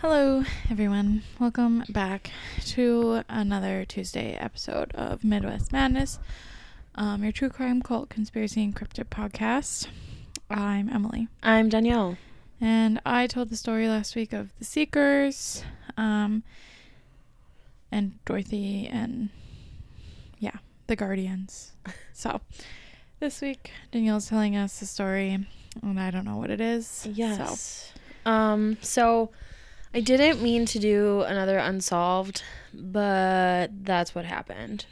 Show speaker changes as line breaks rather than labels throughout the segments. Hello, everyone. Welcome back to another Tuesday episode of Midwest Madness, um, your true crime, cult, conspiracy, and cryptid podcast. I'm Emily,
I'm Danielle.
and I told the story last week of the Seekers, um, and Dorothy, and yeah, the Guardians. So this week, Danielle's telling us the story, and I don't know what it is. So
Yes. Um so I didn't mean to do another unsolved, but that's what happened.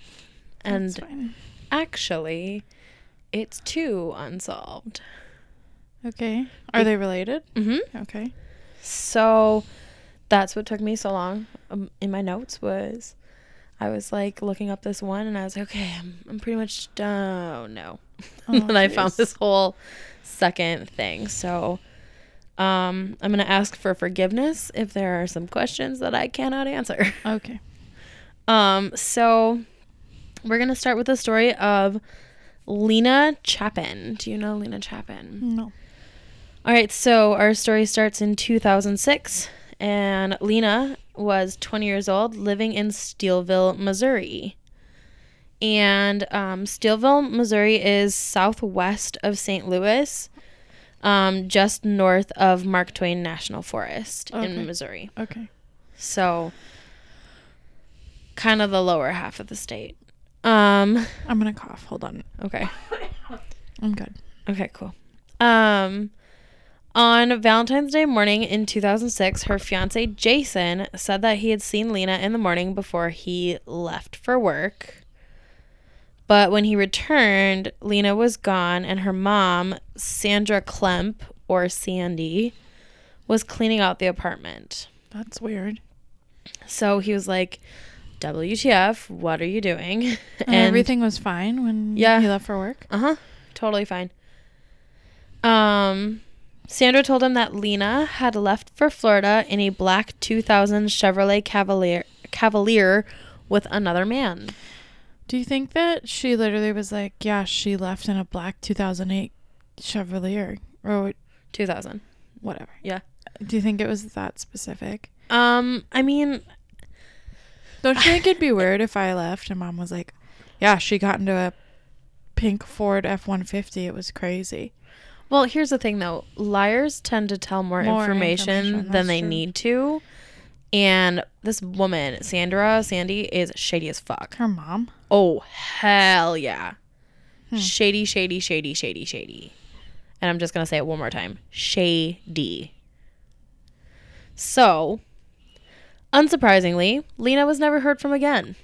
that's
And
fine.
actually, it's two unsolved.
okay, are they related?
Mhm.
Okay.
So that's what took me so long um, in my notes was I was like looking up this one and I was like, okay, I'm, I'm pretty much done. No.
Oh,
and then I found
jeez.
this whole second thing. So um, I'm going to ask for forgiveness if there are some questions that I cannot answer.
Okay.
Um, so we're going to start with the story of Lena Chapin. Do you know Lena Chapin?
No.
All right, so our story starts in 2006, and Lena was 20 years old, living in Steelville, Missouri. And um, Steelville, Missouri is southwest of St. Louis, um, just north of Mark Twain National Forest
Okay.
in Missouri.
Okay.
So, kind of the lower half of the state. Um,
I'm gonna cough. Hold on.
okay.
I'm good.
Okay, cool. Um, on Valentine's Day morning in 2006, her fiance Jason said that he had seen Lena in the morning before he left for work. But when he returned, Lena was gone, and her mom, Sandra Klemp, or Sandy, was cleaning out the apartment.
That's weird.
So he was like, WTF, what are you doing?
And, everything was fine when
Yeah.
he left for work.
Uh huh. Totally fine. Um, Sandra told him that Lena had left for Florida in a black 2000 Chevrolet Cavalier, Cavalier with another man.
Do you think that she literally was like, "Yeah, she left in a black 2008 Chevrolet or wh-
2000.
whatever"?
Yeah.
Do you think it was that specific?
Um, I mean,
Don't you think it'd be weird if I left and mom was like, "Yeah, she got into a pink Ford F150. It was crazy."
well, here's the thing though liars tend to tell more,
More
information,
information,
than
that's
they
true.
need to. And this woman, Sandra, Sandy, is shady as fuck.
Her mom.
Oh, hell yeah. Shady, shady, shady, shady, shady. And I'm just going to say it one more time shady. So, unsurprisingly, Lena was never heard from again.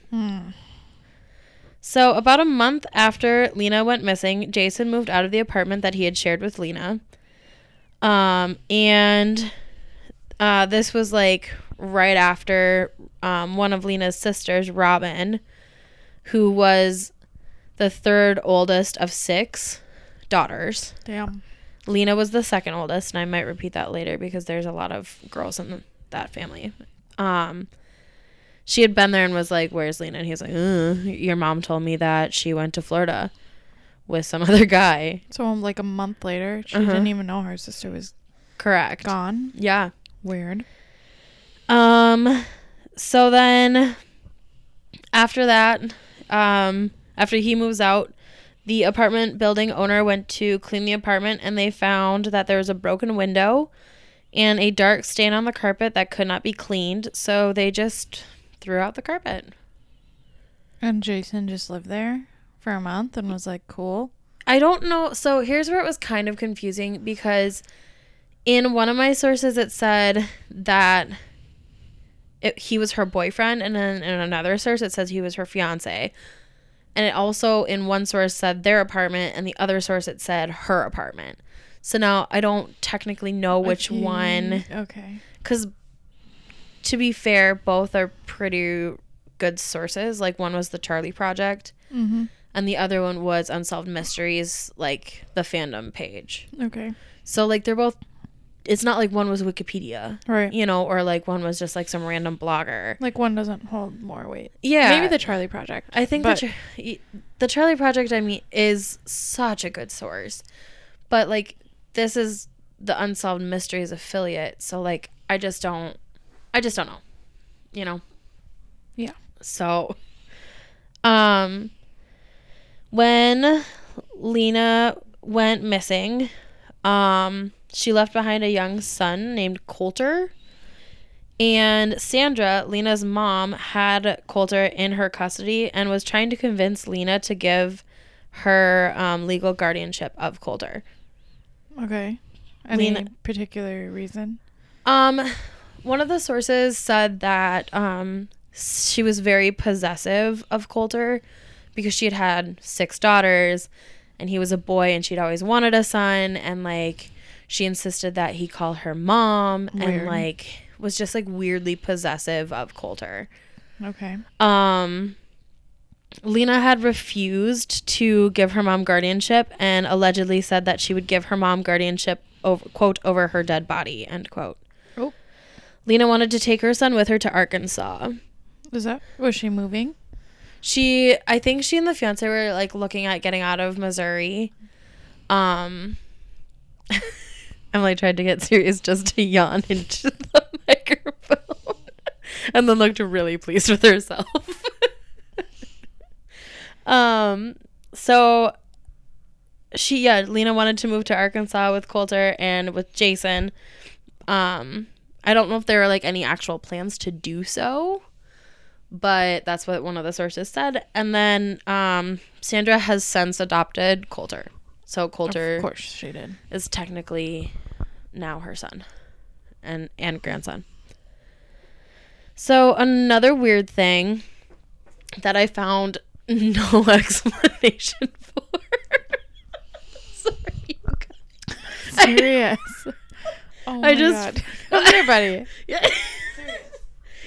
So, about a month after Lena went missing, Jason moved out of the apartment that he had shared with Lena. Um, and uh, this was like right after um, one of Lena's sisters, Robin, who was the third oldest of six daughters.
Damn.
Lena was the second oldest, and I might repeat that later because there's a lot of girls in that family. Um, she had been there and was like, "Where's Lena?" And he was like, "Uh, "Your mom told me that she went to Florida with some other guy."
So um, like a month later, she
Uh-huh.
didn't even know her sister was
Correct.
gone.
Yeah.
Weird.
Um so then after that, um after he moves out, the apartment building owner went to clean the apartment and they found that there was a broken window and a dark stain on the carpet that could not be cleaned, so they just threw out the carpet.
And Jason just lived there for a month and was like, cool.
I don't know. So here's where it was kind of confusing because in one of my sources it said that it, he was her boyfriend, and then in another source it says he was her fiance. And it also in one source said their apartment, and the other source it said her apartment. So now I don't technically know which
Okay.
one,
Okay.
because to be fair, both are pretty good sources. Like one was the Charlie Project,
Mm-hmm.
and the other one was unsolved mysteries like the fandom page
Okay.
so like they're both it's not like one was wikipedia
Right.
you know or like one was just like some random blogger
Like one doesn't hold more weight.
yeah
Maybe the Charlie Project.
i think
but
the, Char- the charlie project i mean is such a good source but like this is the unsolved mysteries affiliate so like i just don't I just don't know. You know.
Yeah.
So um when Lena went missing, um she left behind a young son named Coulter. And Sandra, Lena's mom, had Coulter in her custody and was trying to convince Lena to give her um, legal guardianship of Coulter.
Okay. Any
Lena-
particular reason?
Um, one of the sources said that um, she was very possessive of Coulter because she had had six daughters and he was a boy and she'd always wanted a son and like she insisted that he call her mom and
Weird.
like was just like weirdly possessive of Coulter.
Okay.
Um, Lena had refused to give her mom guardianship and allegedly said that she would give her mom guardianship over, quote over her dead body end quote.
Oh.
Lena wanted to take her son with her to Arkansas.
Is that was she moving?
She I think she and the fiance were like looking at getting out of Missouri. Um Emily tried to get serious just to yawn into the microphone and then looked really pleased with herself. um so she yeah, Lena wanted to move to Arkansas with Coulter and with Jason. Um I don't know if there are like any actual plans to do so but that's what one of the sources said. And then um, Sandra has since adopted Coulter. So
Of
Coulter
course she did.
is technically now her son and and grandson. So another weird thing that I found no explanation for. Sorry, you guys.
Serious. oh my
just-
God. Come here, buddy.
Yeah.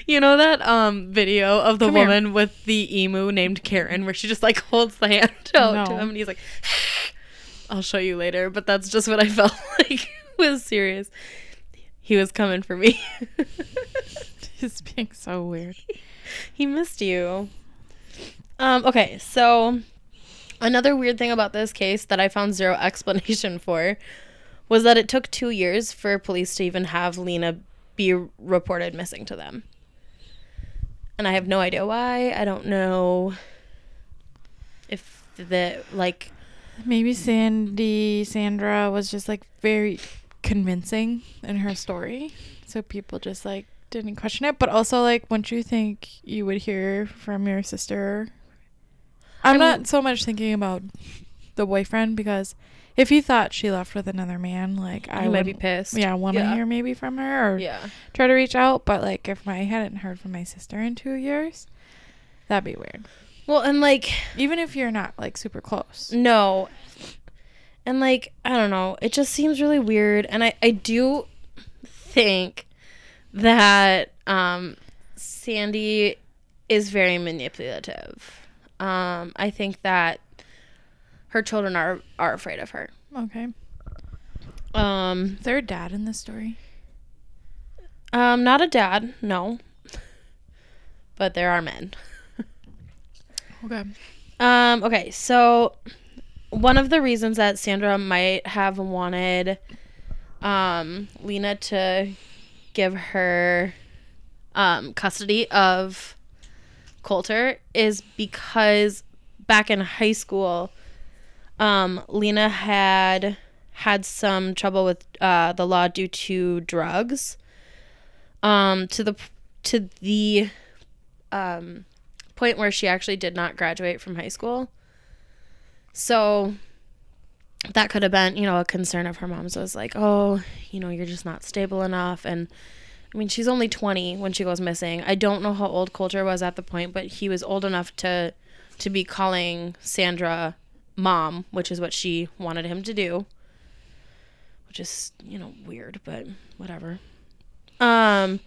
You know that um video of the
Come here.
woman with the emu named Karen where she just like holds the hand out to
No.
him and he's like I'll show you later, but that's just what I felt like was serious. He was coming for me.
He's being so weird.
he missed you. Um okay, so another weird thing about this case that I found zero explanation for was that it took 2 years for police to even have Lena be reported missing to them. and I have no idea why. I don't know if the like
Maybe Sandy Sandra was just like very convincing in her story. So people just like didn't question it. But also like wouldn't you think you would hear from your sister? I'm
mean-
not so much thinking about the boyfriend because if he thought she left with another man, like I
He might be
wouldn't-
pissed.
Yeah, want to
Yeah.
hear maybe from her or
yeah.
try to reach out. But like if I hadn't heard from my sister in two years, that'd be weird.
Well, and like
Even if you're not like super close.
no. And like I don't know. It just seems really weird and I I do think that um Sandy is very manipulative. Um I think that her children are are afraid of her.
Okay.
Um
Is there a dad in this story?
um not a dad, no. But there are men.
Okay.
Um, okay, so one of the reasons that Sandra might have wanted um, Lena to give her um, custody of Coulter is because back in high school, um, Lena had had some trouble with uh, the law due to drugs. Um, to the to the um, point where she actually did not graduate from high school. So that could have been, you know, a concern of her mom's was like, oh, you know, you're just not stable enough. And I mean, she's only 20 when she goes missing. I don't know how old Coulter was at the point, but he was old enough to to be calling Sandra mom, which is what she wanted him to do. Which is, you know, weird, but whatever. Um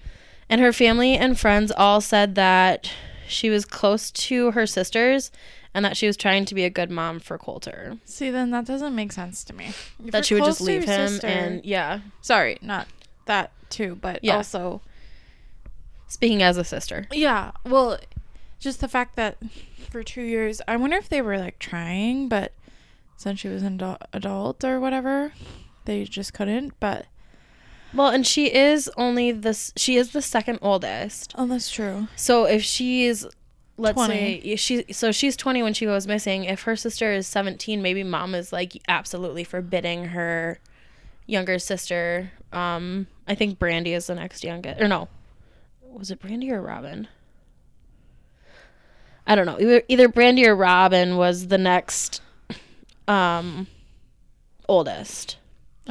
and her family and friends all said that she was close to her sisters and that she was trying to be a good mom for Coulter.
See, then that doesn't make sense to me. If you're
that she would
close
just
to your
leave him
sister-
and yeah.
sorry, not that too, but
Yeah.
also
Speaking as a sister.
yeah. Well, just the fact that for two years, I wonder if they were like trying, but since she was an adult, adult or whatever, they just couldn't. But
Well, and she is only this. She is the second oldest.
Oh, that's true.
So if she's, let's
20.
say she, so she's twenty when she goes missing. If her sister is seventeen, maybe mom is like absolutely forbidding her younger sister. Um, I think Brandy is the next youngest, or no, was it Brandy or Robin? I don't know. Either either Brandy or Robin was the next, um, oldest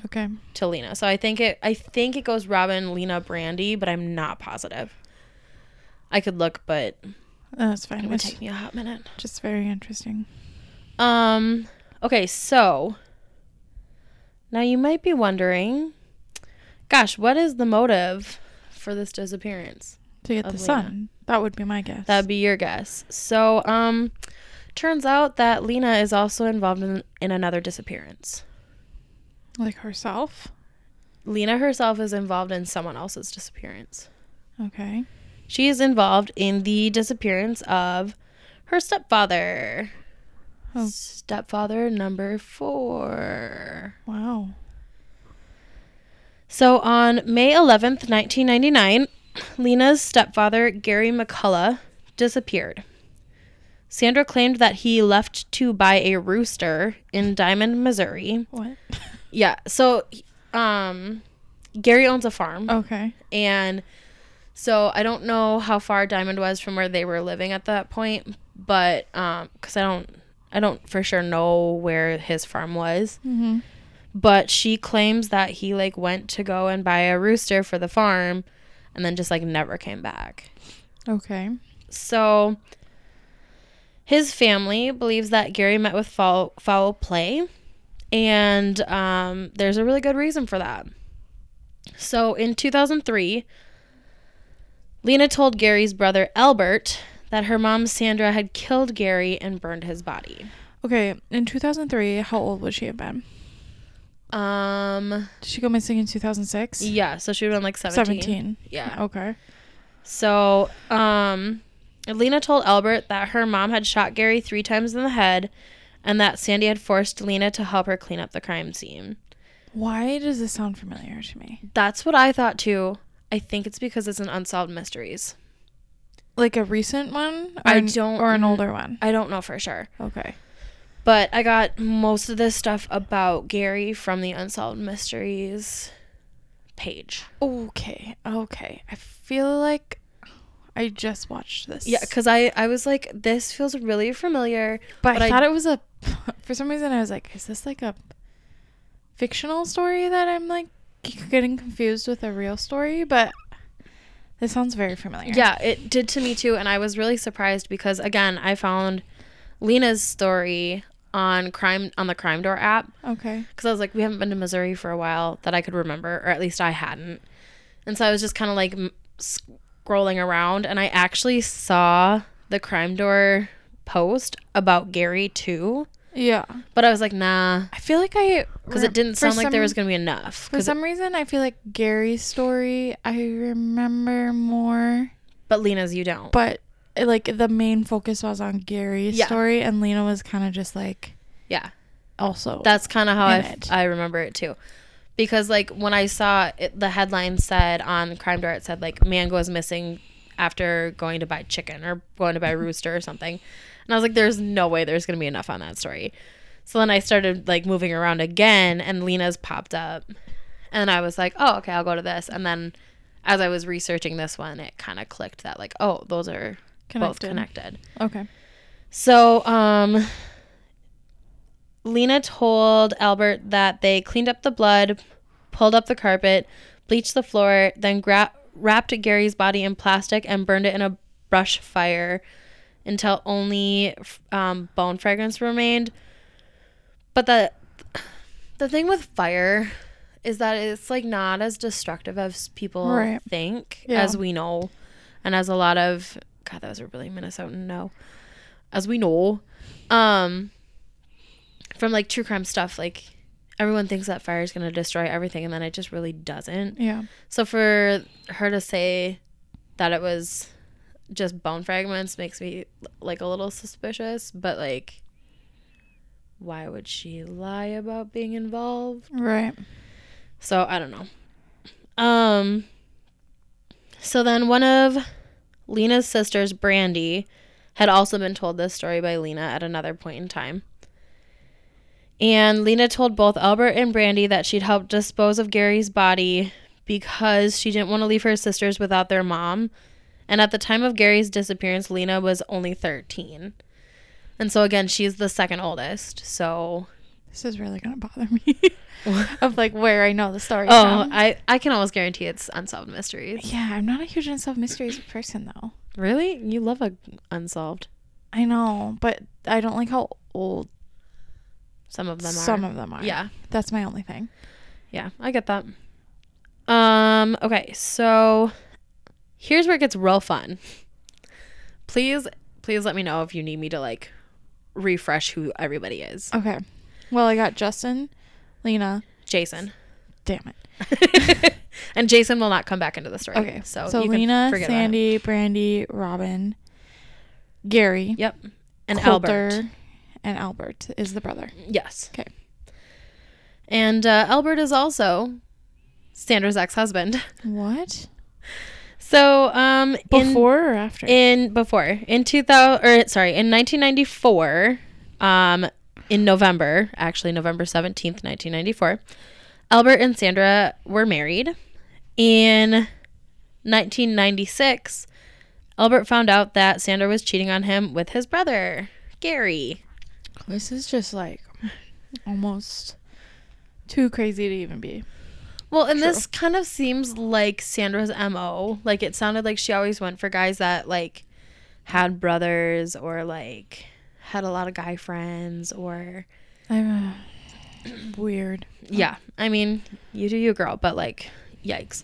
Okay.
to Lena. So I think it I think it goes Robin, Lena, Brandy, but I'm not positive. I could look, but
That's fine.
it would
It's
take me a hot minute.
just very interesting.
Um okay, so now you might be wondering, gosh, what is the motive for this disappearance?
To get
Of
the
Lena.
sun. That would be my guess.
That'd be your guess. So, um turns out that Lena is also involved in, in another disappearance.
like herself.
Lena herself is involved in someone else's disappearance.
Okay.
She is involved in the disappearance of her stepfather.
Oh.
Stepfather number four.
Wow.
So on May 11th, 1999, Lena's stepfather, Gary McCullough, disappeared. Sandra claimed that he left to buy a rooster in Diamond, Missouri.
What?
Yeah, so um, Gary owns a farm.
okay.
And so I don't know how far Diamond was from where they were living at that point, but um 'cause cuz I don't I don't for sure know where his farm was,
Mm-hmm.
but she claims that he like went to go and buy a rooster for the farm and then just like never came back.
Okay.
So his family believes that Gary met with foul, foul play, and um, there's a really good reason for that. So in 2003, Lena told Gary's brother Albert that her mom Sandra had killed Gary and burned his body.
Okay. In 2003, how old would she have been?
Um,
Did she go missing in 2006?
yeah, so she would have been like 17.
17.
Yeah.
Okay.
So, um, Lena told Albert that her mom had shot Gary three times in the head and that Sandy had forced Lena to help her clean up the crime scene.
Why does this sound familiar to me?
That's what I thought too. I think it's because it's an unsolved mysteries.
Like a recent one? Or
I
an-
don't
Or an
kn-
older one?
I don't know for sure,
Okay.
but I got most of this stuff about Gary from the unsolved mysteries page.
Okay. Okay. I feel like I just watched this.
Yeah, cuz I I was like this feels really familiar.
But,
But
I,
I-
thought it was a. For some reason, I was like, is this like a fictional story that I'm like getting confused with a real story? But this sounds very familiar.
Yeah, it did to me too, and I was really surprised because again, I found Lena's story on crime on the Crime Door app
Okay.
because I was like, we haven't been to Missouri for a while that I could remember, or at least I hadn't, and so I was just kind of like m- scrolling around, and I actually saw the Crime Door post about Gary too,
Yeah.
but I was like, nah,
I feel like I.
because it didn't
for
sound like there
some-
was gonna be enough.
For
'Cause-
some reason, I feel like Gary's story I remember more,
but Lena's you don't.
but eh, like the main focus was on Gary's
Yeah.
story, and Lena was kind of just like
yeah.
also.
That's kind of how I,
in
f-
it.
I remember it too. Because like when I saw it, the headline said on Crime Door, it said like man goes missing after going to buy chicken or going to buy rooster or something, and I was like, there's no way there's gonna be enough on that story. So then I started like moving around again, and Lena's popped up, and I was like, oh okay, I'll go to this. And then as I was researching this one, it kind of clicked that like oh those are both
Connected.
connected.
okay.
So, um, Lena told Albert that they cleaned up the blood, pulled up the carpet, bleached the floor, then gra- wrapped Gary's body in plastic and burned it in a brush fire until only f- um, bone fragments remained. But the the thing with fire is that it's like not as destructive as people
Right.
think,
Yeah.
as we know, and as a lot of God, that was a really Minnesotan no as we know um from like true crime stuff like everyone thinks that fire is going to destroy everything and then it just really doesn't
Yeah.
so for her to say that it was just bone fragments makes me like a little suspicious but like why would she lie about being involved
Right.
so i don't know Um so then one of Lena's sisters, Brandy, had also been told this story by Lena at another point in time. And Lena told both Albert and Brandy that she'd helped dispose of Gary's body because she didn't want to leave her sisters without their mom. And at the time of Gary's disappearance, Lena was only 13. And so again, she's the second oldest. So
This is really gonna bother me. of like where I know the story.
Oh,
from.
I, I can almost guarantee it's unsolved mysteries.
yeah, I'm not a huge unsolved mysteries person though.
Really? You love a unsolved.
I know, but I don't like how old
Some of them
some
are.
of them are.
Yeah.
that's my only thing.
Yeah, I get that. Um, okay, so here's where it gets real fun. Please, please let me know if you need me to like refresh who everybody is.
Okay, well I got Justin, Lena.
Jason.
Damn it.
and Jason will not come back into the story.
Okay,
so,
so, so
you can
Lena,
forget about him.
Sandy, Brandy, Robin, Gary,
Yep. And Albert.
Coulter, and Albert is the brother.
Yes.
Okay.
And uh, Albert is also Sandra's ex-husband.
What?
So, um, in-
Before or after?
in before in 2000 or sorry in 1994 um in november actually november 17th 1994 albert and sandra were married in 1996 albert found out that sandra was cheating on him with his brother gary
This is just like almost too crazy to even be.
well and this kind of seems like sandra's mo like it sounded like she always went for guys that like had brothers or like had a lot of guy friends or
I'm uh, weird.
Yeah. I mean, you do you, girl, but like, yikes.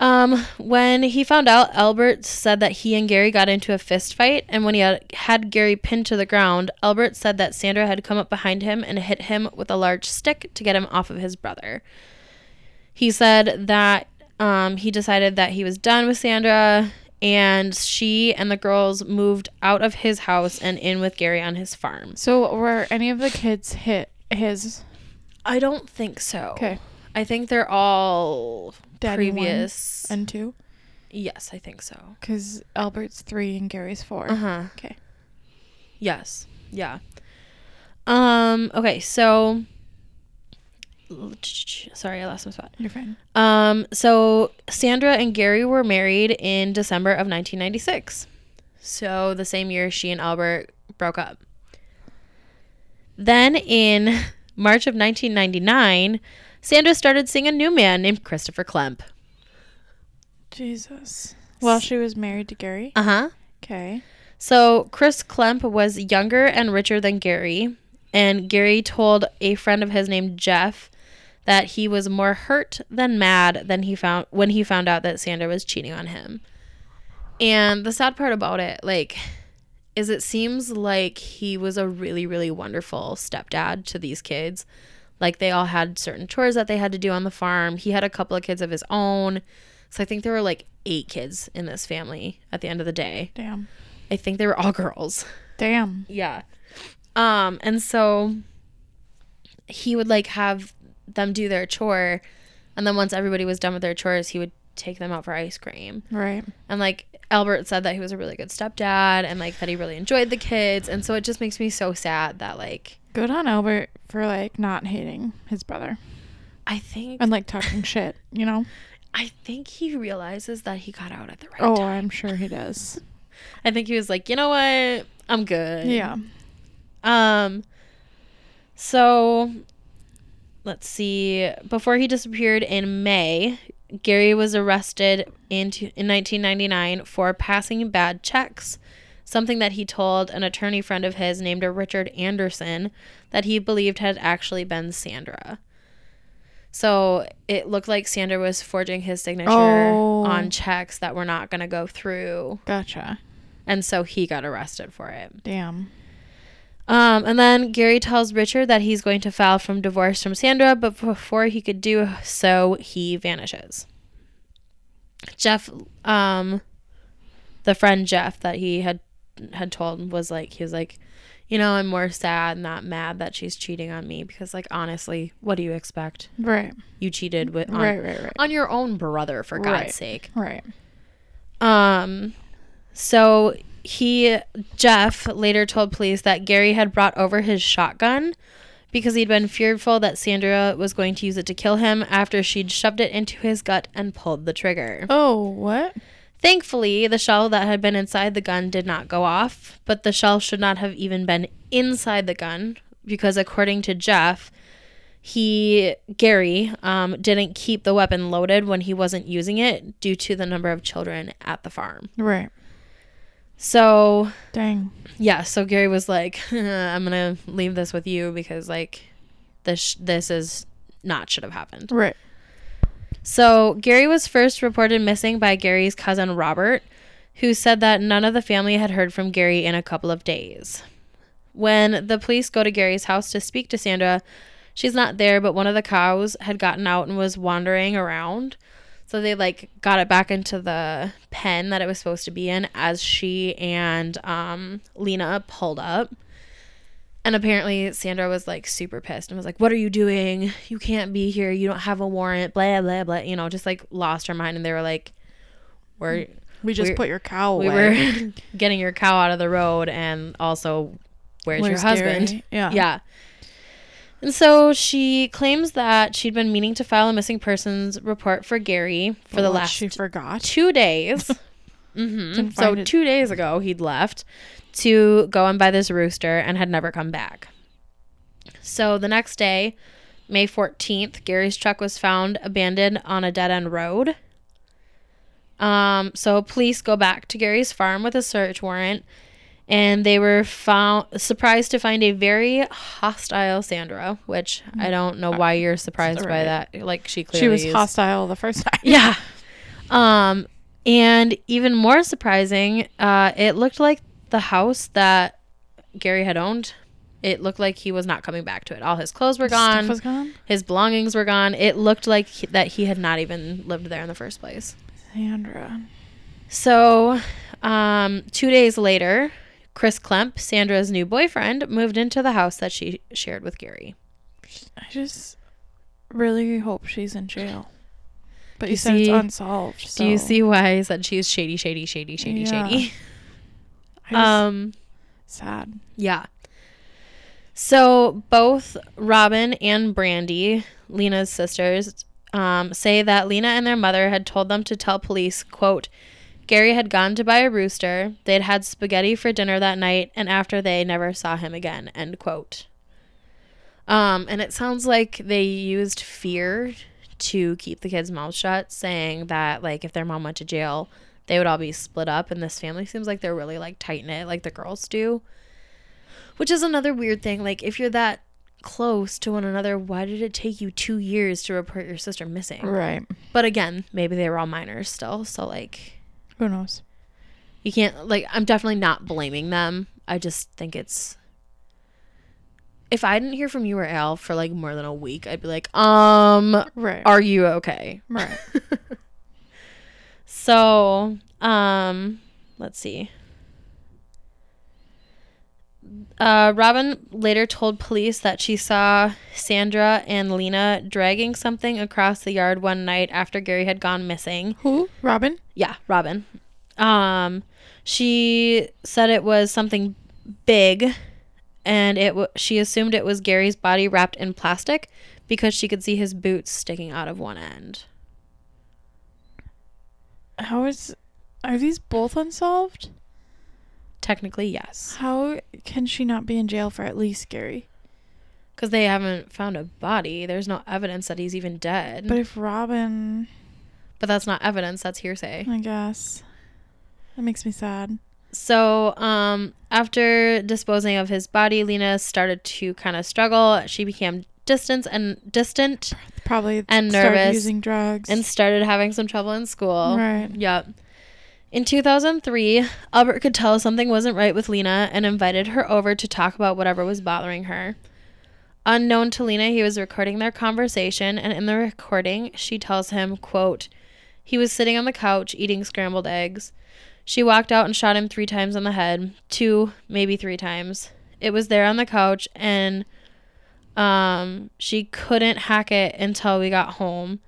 Um, when he found out, Albert said that he and Gary got into a fist fight, and when he had, had Gary pinned to the ground, Albert said that Sandra had come up behind him and hit him with a large stick to get him off of his brother. He said that um, he decided that he was done with Sandra, and she and the girls moved out of his house and in with Gary on his farm.
So were any of the kids hit his
I don't think so.
Okay.
I think they're all
Daddy one
previous.
and two?
yes, I think so.
Because Albert's three and Gary's 4
Uh huh.
Okay.
Yes. Yeah. Um. Okay. So. Sorry, I lost my spot.
You're fine.
Um, so Sandra and Gary were married in December of 1996. So the same year she and Albert broke up. Then in March of 1999, Sandra started seeing a new man named Christopher Klemp.
Jesus. Well, she was married to Gary.
Uh huh.
Okay.
So Chris Klemp was younger and richer than Gary, and Gary told a friend of his named Jeff that he was more hurt than mad than he found when he found out that Sandra was cheating on him. And the sad part about it, like, is it seems like he was a really, really wonderful stepdad to these kids. Like they all had certain chores that they had to do on the farm. He had a couple of kids of his own. So I think there were like eight kids in this family at the end of the day.
Damn.
I think they were all girls.
Damn.
Yeah. Um, and so he would like have them do their chore and then once everybody was done with their chores, he would take them out for ice cream.
Right.
And like Albert said that he was a really good stepdad and like that he really enjoyed the kids. And so it just makes me so sad that like
Good on Albert for like not hating his brother
I think
and like talking shit, you know?
I think he realizes that he got out at the right
Oh,
time.
I'm sure he does.
I think he was like, "You know what? I'm good."
Yeah.
Um so let's see before he disappeared in May, Gary was arrested in t- in 1999 for passing bad checks, something that he told an attorney friend of his named a Richard Anderson that he believed had actually been Sandra. So it looked like Sandra was forging his signature
Oh.
on checks that were not going to go through,
Gotcha.
and so he got arrested for it.
Damn.
Um, and then Gary tells Richard that he's going to file from divorce from Sandra, but before he could do so, he vanishes. Jeff, um, the friend Jeff that he had had told was like he was like, you know, I'm more sad, not mad that she's cheating on me because, like, honestly, what do you expect?
Right.
You cheated with on,
Right, right, right.
on your own brother, for God's
Right.
sake.
Right.
Um, so he, Jeff, later told police that Gary had brought over his shotgun because he'd been fearful that Sandra was going to use it to kill him after she'd shoved it into his gut and pulled the trigger.
Oh, what?
Thankfully, the shell that had been inside the gun did not go off, but the shell should not have even been inside the gun because, according to Jeff, he, Gary, um, didn't keep the weapon loaded when he wasn't using it due to the number of children at the farm.
Right.
So,
Dang.
yeah, so Gary was like, I'm going to leave this with you because, like, this, this is not should have happened.
Right.
So, Gary was first reported missing by Gary's cousin Robert, who said that none of the family had heard from Gary in a couple of days. When the police go to Gary's house to speak to Sandra, she's not there, but one of the cows had gotten out and was wandering around. So they like got it back into the pen that it was supposed to be in as she and um, Lena pulled up. And apparently Sandra was like super pissed and was like, What are you doing? You can't be here. You don't have a warrant. Blah, blah, blah. You know, just like lost her mind. And they were like, We're,
We just
We're-
put your cow away.
we were getting your cow out of the road and also, where's,
Where's
your husband?
Gary? Yeah.
Yeah. And so she claims that she'd been meaning to file a missing persons report for Gary for the
Well,
last
She forgot.
two days. hmm
Didn't
So
find it.
two days ago, he'd left to go and buy this rooster and had never come back. So the next day, May 14th, Gary's truck was found abandoned on a dead end road. Um, so police go back to Gary's farm with a search warrant, and they were found surprised to find a very hostile Sandra, which
Mm.
I don't
Uh,
know why you're surprised by
Right.
that. Like she clearly
She was
is-
hostile the first time.
yeah. Um, and even more surprising, uh, it looked like the house that Gary had owned. It looked like he was not coming back to it. All his clothes were
Stuff
gone.
was gone.
his belongings were gone. It looked like he, that he had not even lived there in the first place.
Sandra.
So, um, two days later, Chris Klemp, Sandra's new boyfriend, moved into the house that she shared with Gary.
I just really hope she's in jail. But you,
You
said it's
see-
unsolved. So
Do you see why I said she's shady, shady, shady, shady,
Yeah.
shady?
I just-
Um,
sad.
Yeah. So both Robin and Brandy, Lena's sisters, um, say that Lena and their mother had told them to tell police, quote, Gary had gone to buy a rooster, they'd had spaghetti for dinner that night, and after they never saw him again, end quote. Um, and it sounds like they used fear to keep the kids' mouths shut, saying that like if their mom went to jail, they would all be split up and this family seems like they're really like tight knit, like the girls do. Which is another weird thing. Like, if you're that close to one another, why did it take you two years to report your sister missing?
Right.
But again, maybe they were all minors still. So, like,
Who knows?
you can't, like, I'm definitely not blaming them. I just think it's. If I didn't hear from you or Al for like more than a week, I'd be like, um,
Right.
are you okay?
right.
So, um, let's see. Uh, Robin later told police that she saw Sandra and Lena dragging something across the yard one night after Gary had gone missing.
Who? Robin?
Yeah, Robin. Um, she said it was something big, and it w- she assumed it was Gary's body wrapped in plastic because she could see his boots sticking out of one end.
How is are these both unsolved?
Technically, yes.
How can she not be in jail for at least Gary?
Because they haven't found a body. There's no evidence that he's even dead.
But
But,
if Robin,
that's not evidence, that's hearsay.
I guess that makes me sad.
So, um, after disposing of his body, Lena started to kind of struggle. She became distant and distant
Probably
And
started
nervous.
using drugs
and started having some trouble in school.
Right.
Yep. In 2003, Albert could tell something wasn't right with Lena and invited her over to talk about whatever was bothering her. Unknown to Lena, he was recording their conversation and in the recording, she tells him, quote, "He was sitting on the couch eating scrambled eggs. She walked out and shot him 3 times on the head, 2, maybe 3 times. It was there on the couch, and um, she couldn't hack it until we got home.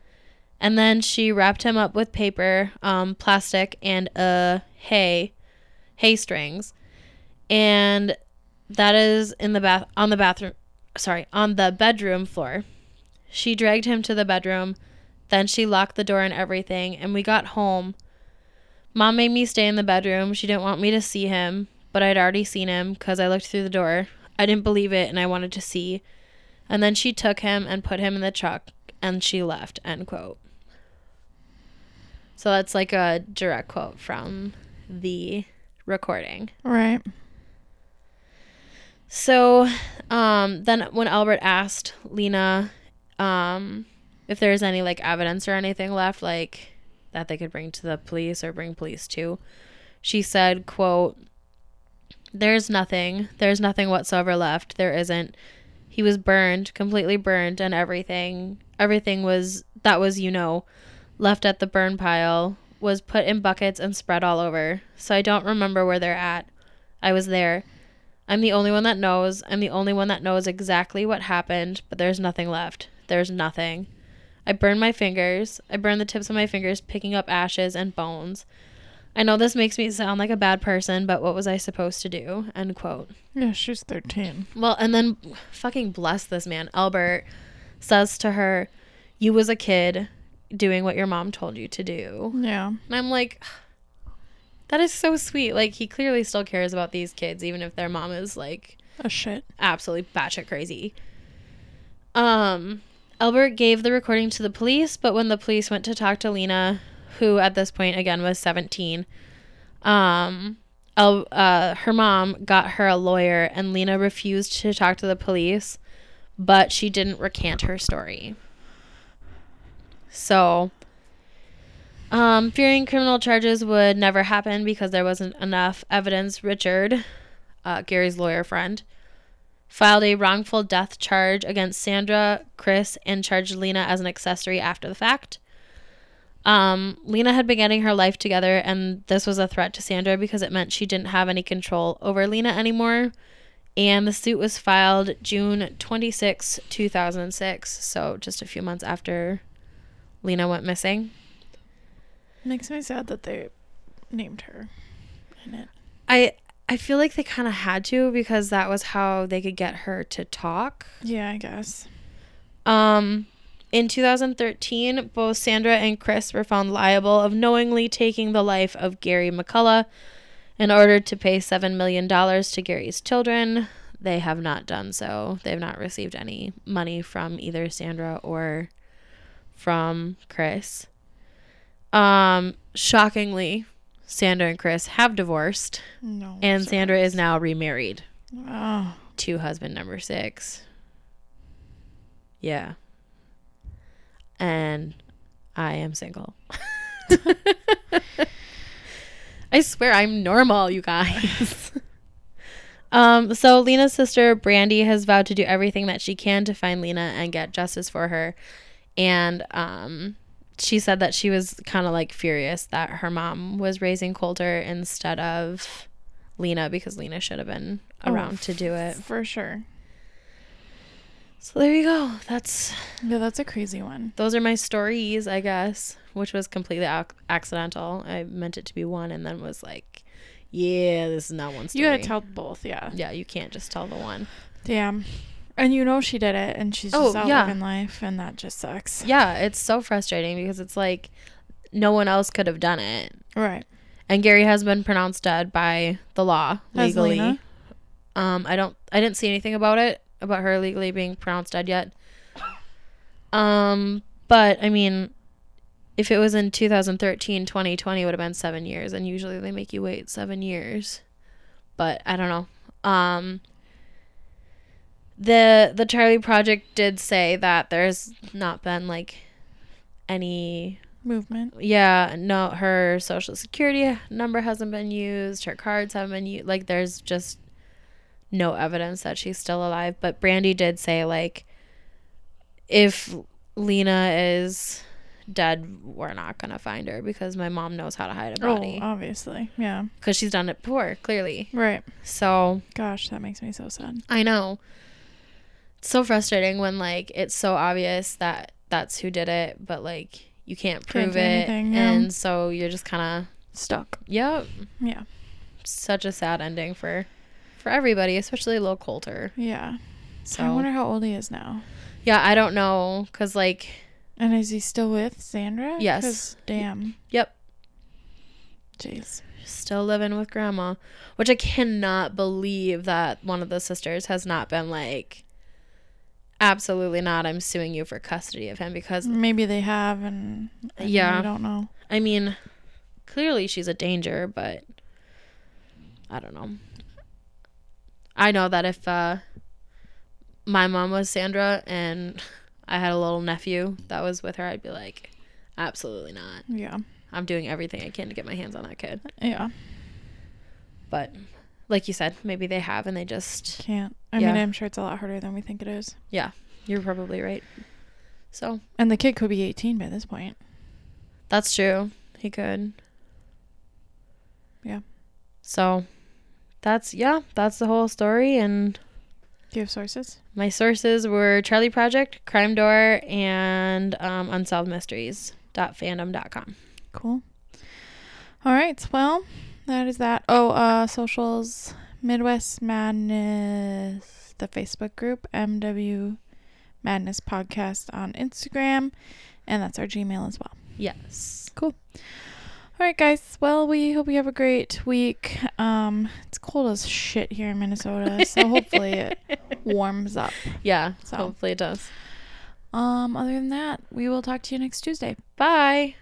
And then she wrapped him up with paper, um, plastic, and uh, hay, hay strings, and that is in the bath on the bathroom. Sorry, on the bedroom floor. She dragged him to the bedroom. Then she locked the door and everything, and we got home. Mom made me stay in the bedroom. She didn't want me to see him, but I'd already seen him because I looked through the door. I didn't believe it, and I wanted to see. And then she took him and put him in the truck, and she left. End quote. So that's like a direct quote from the recording.
Right.
So um, then when Albert asked Lena um, if there's any like evidence or anything left, like that they could bring to the police or bring police to, she said, quote, there's nothing. There's nothing whatsoever left. There isn't. He was burned, completely burned, and everything. Everything was that was, you know, left at the burn pile was put in buckets and spread all over. So I don't remember where they're at. I was there. I'm the only one that knows. I'm the only one that knows exactly what happened, but there's nothing left. There's nothing. I burned my fingers. I burned the tips of my fingers picking up ashes and bones. I know this makes me sound like a bad person, but what was I supposed to do? End quote.
Yeah, she's 13.
Well, and then fucking bless this man. Albert says to her, You was a kid doing what your mom told you to do.
Yeah.
And I'm like, That is so sweet. Like, he clearly still cares about these kids, even if their mom is like
A shit.
absolutely batshit crazy. Um, Albert gave the recording to the police, but when the police went to talk to Lena, who at this point again was 17, um, El- uh, her mom got her a lawyer, and Lena refused to talk to the police, but she didn't recant her story. So, um, fearing criminal charges would never happen because there wasn't enough evidence, Richard, uh, Gary's lawyer friend, filed a wrongful death charge against Sandra, Chris, and charged Lena as an accessory after the fact. Um, Lena had been getting her life together, and this was a threat to Sandra because it meant she didn't have any control over Lena anymore. And the suit was filed June 26, 2006, so just a few months after Lena went missing.
Makes me sad that they named her in it.
I I feel like they kind of had to because that was how they could get her to talk.
Yeah, I guess.
Um, in 2013, both Sandra and Chris were found liable of knowingly taking the life of Gary McCullough in order to pay $7 million to Gary's children. They have not done so. They've not received any money from either Sandra or from Chris. Um, shockingly, Sandra and Chris have divorced,
No.
and
sorry.
Sandra is now remarried
Oh,
to husband number six. Yeah. And I am single. I swear I'm normal, you guys. um, so Lena's sister, Brandy, has vowed to do everything that she can to find Lena and get justice for her. And um, she said that she was kind of like furious that her mom was raising Coulter instead of Lena because Lena should have been
Oh,
around to do it.
for sure.
So there you go. That's
Yeah, that's a crazy one.
those are my stories, I guess, which was completely ac- accidental. I meant it to be one, and then was like, yeah, this is not one story.
You gotta tell both, yeah.
Yeah, you can't just tell the one.
Damn. And you know she did it, and she's
Oh,
just out
yeah.
living life, and that just sucks.
Yeah, it's so frustrating because it's like no one else could have done it.
Right.
And Gary has been pronounced dead by the law
Has
legally.
Lena?
Um, I don't, I didn't see anything about it about her legally being pronounced dead yet. Um, but I mean, if it was in 2013, 2020 would have been seven years, and usually they make you wait seven years. But I don't know. Um, the the Charlie Project did say that there's not been like any
Movement.
yeah, no, her social security number hasn't been used. Her cards haven't been used. Like, there's just no evidence that she's still alive. But Brandy did say, like, if Lena is dead, we're not going to find her because my mom knows how to hide a
Oh,
body.
obviously. Yeah.
Because she's done it before, clearly.
Right.
So
Gosh, that makes me so sad.
I know. It's so frustrating when, like, it's so obvious that that's who did it, but, like, you can't prove
do
it.
anything, yeah.
And so you're just kind
Stuck.
of, yep.
Yeah.
Such a sad ending for. For everybody, especially Lil Coulter.
Yeah.
So
I wonder how old he is now.
Yeah, I don't know, cause like,
And is he still with Sandra?
Yes.
'Cause Damn.
yep,
Jeez.
still living with grandma, which I cannot believe that one of the sisters has not been like, absolutely not. I'm suing you for custody of him because
Maybe they have, and and
Yeah.
I don't know.
I mean, clearly she's a danger, but I don't know. I know that if uh, my mom was Sandra and I had a little nephew that was with her, I'd be like, absolutely not.
Yeah.
I'm doing everything I can to get my hands on that kid.
Yeah.
but like you said maybe they have and they just
Can't. I mean,
Yeah.
I'm sure it's a lot harder than we think it is.
you're probably right so
And the kid could be 18 by this point.
that's true he could
Yeah.
so that's yeah that's the whole story and
Do you have sources?
my sources were charlie project crime door and um, unsolved mysteries dot fandom dot com
Cool. All right. Well, that is that. Oh, uh, socials Midwest Madness, the Facebook group, MW Madness Podcast on Instagram, and that's our Gmail as well.
yes
All right, guys. Well, we hope you have a great week. Um, it's cold as shit here in Minnesota, Uh, so hopefully it warms up.
yeah
So.
hopefully it does
Um, other than that, we will talk to you next Tuesday.
bye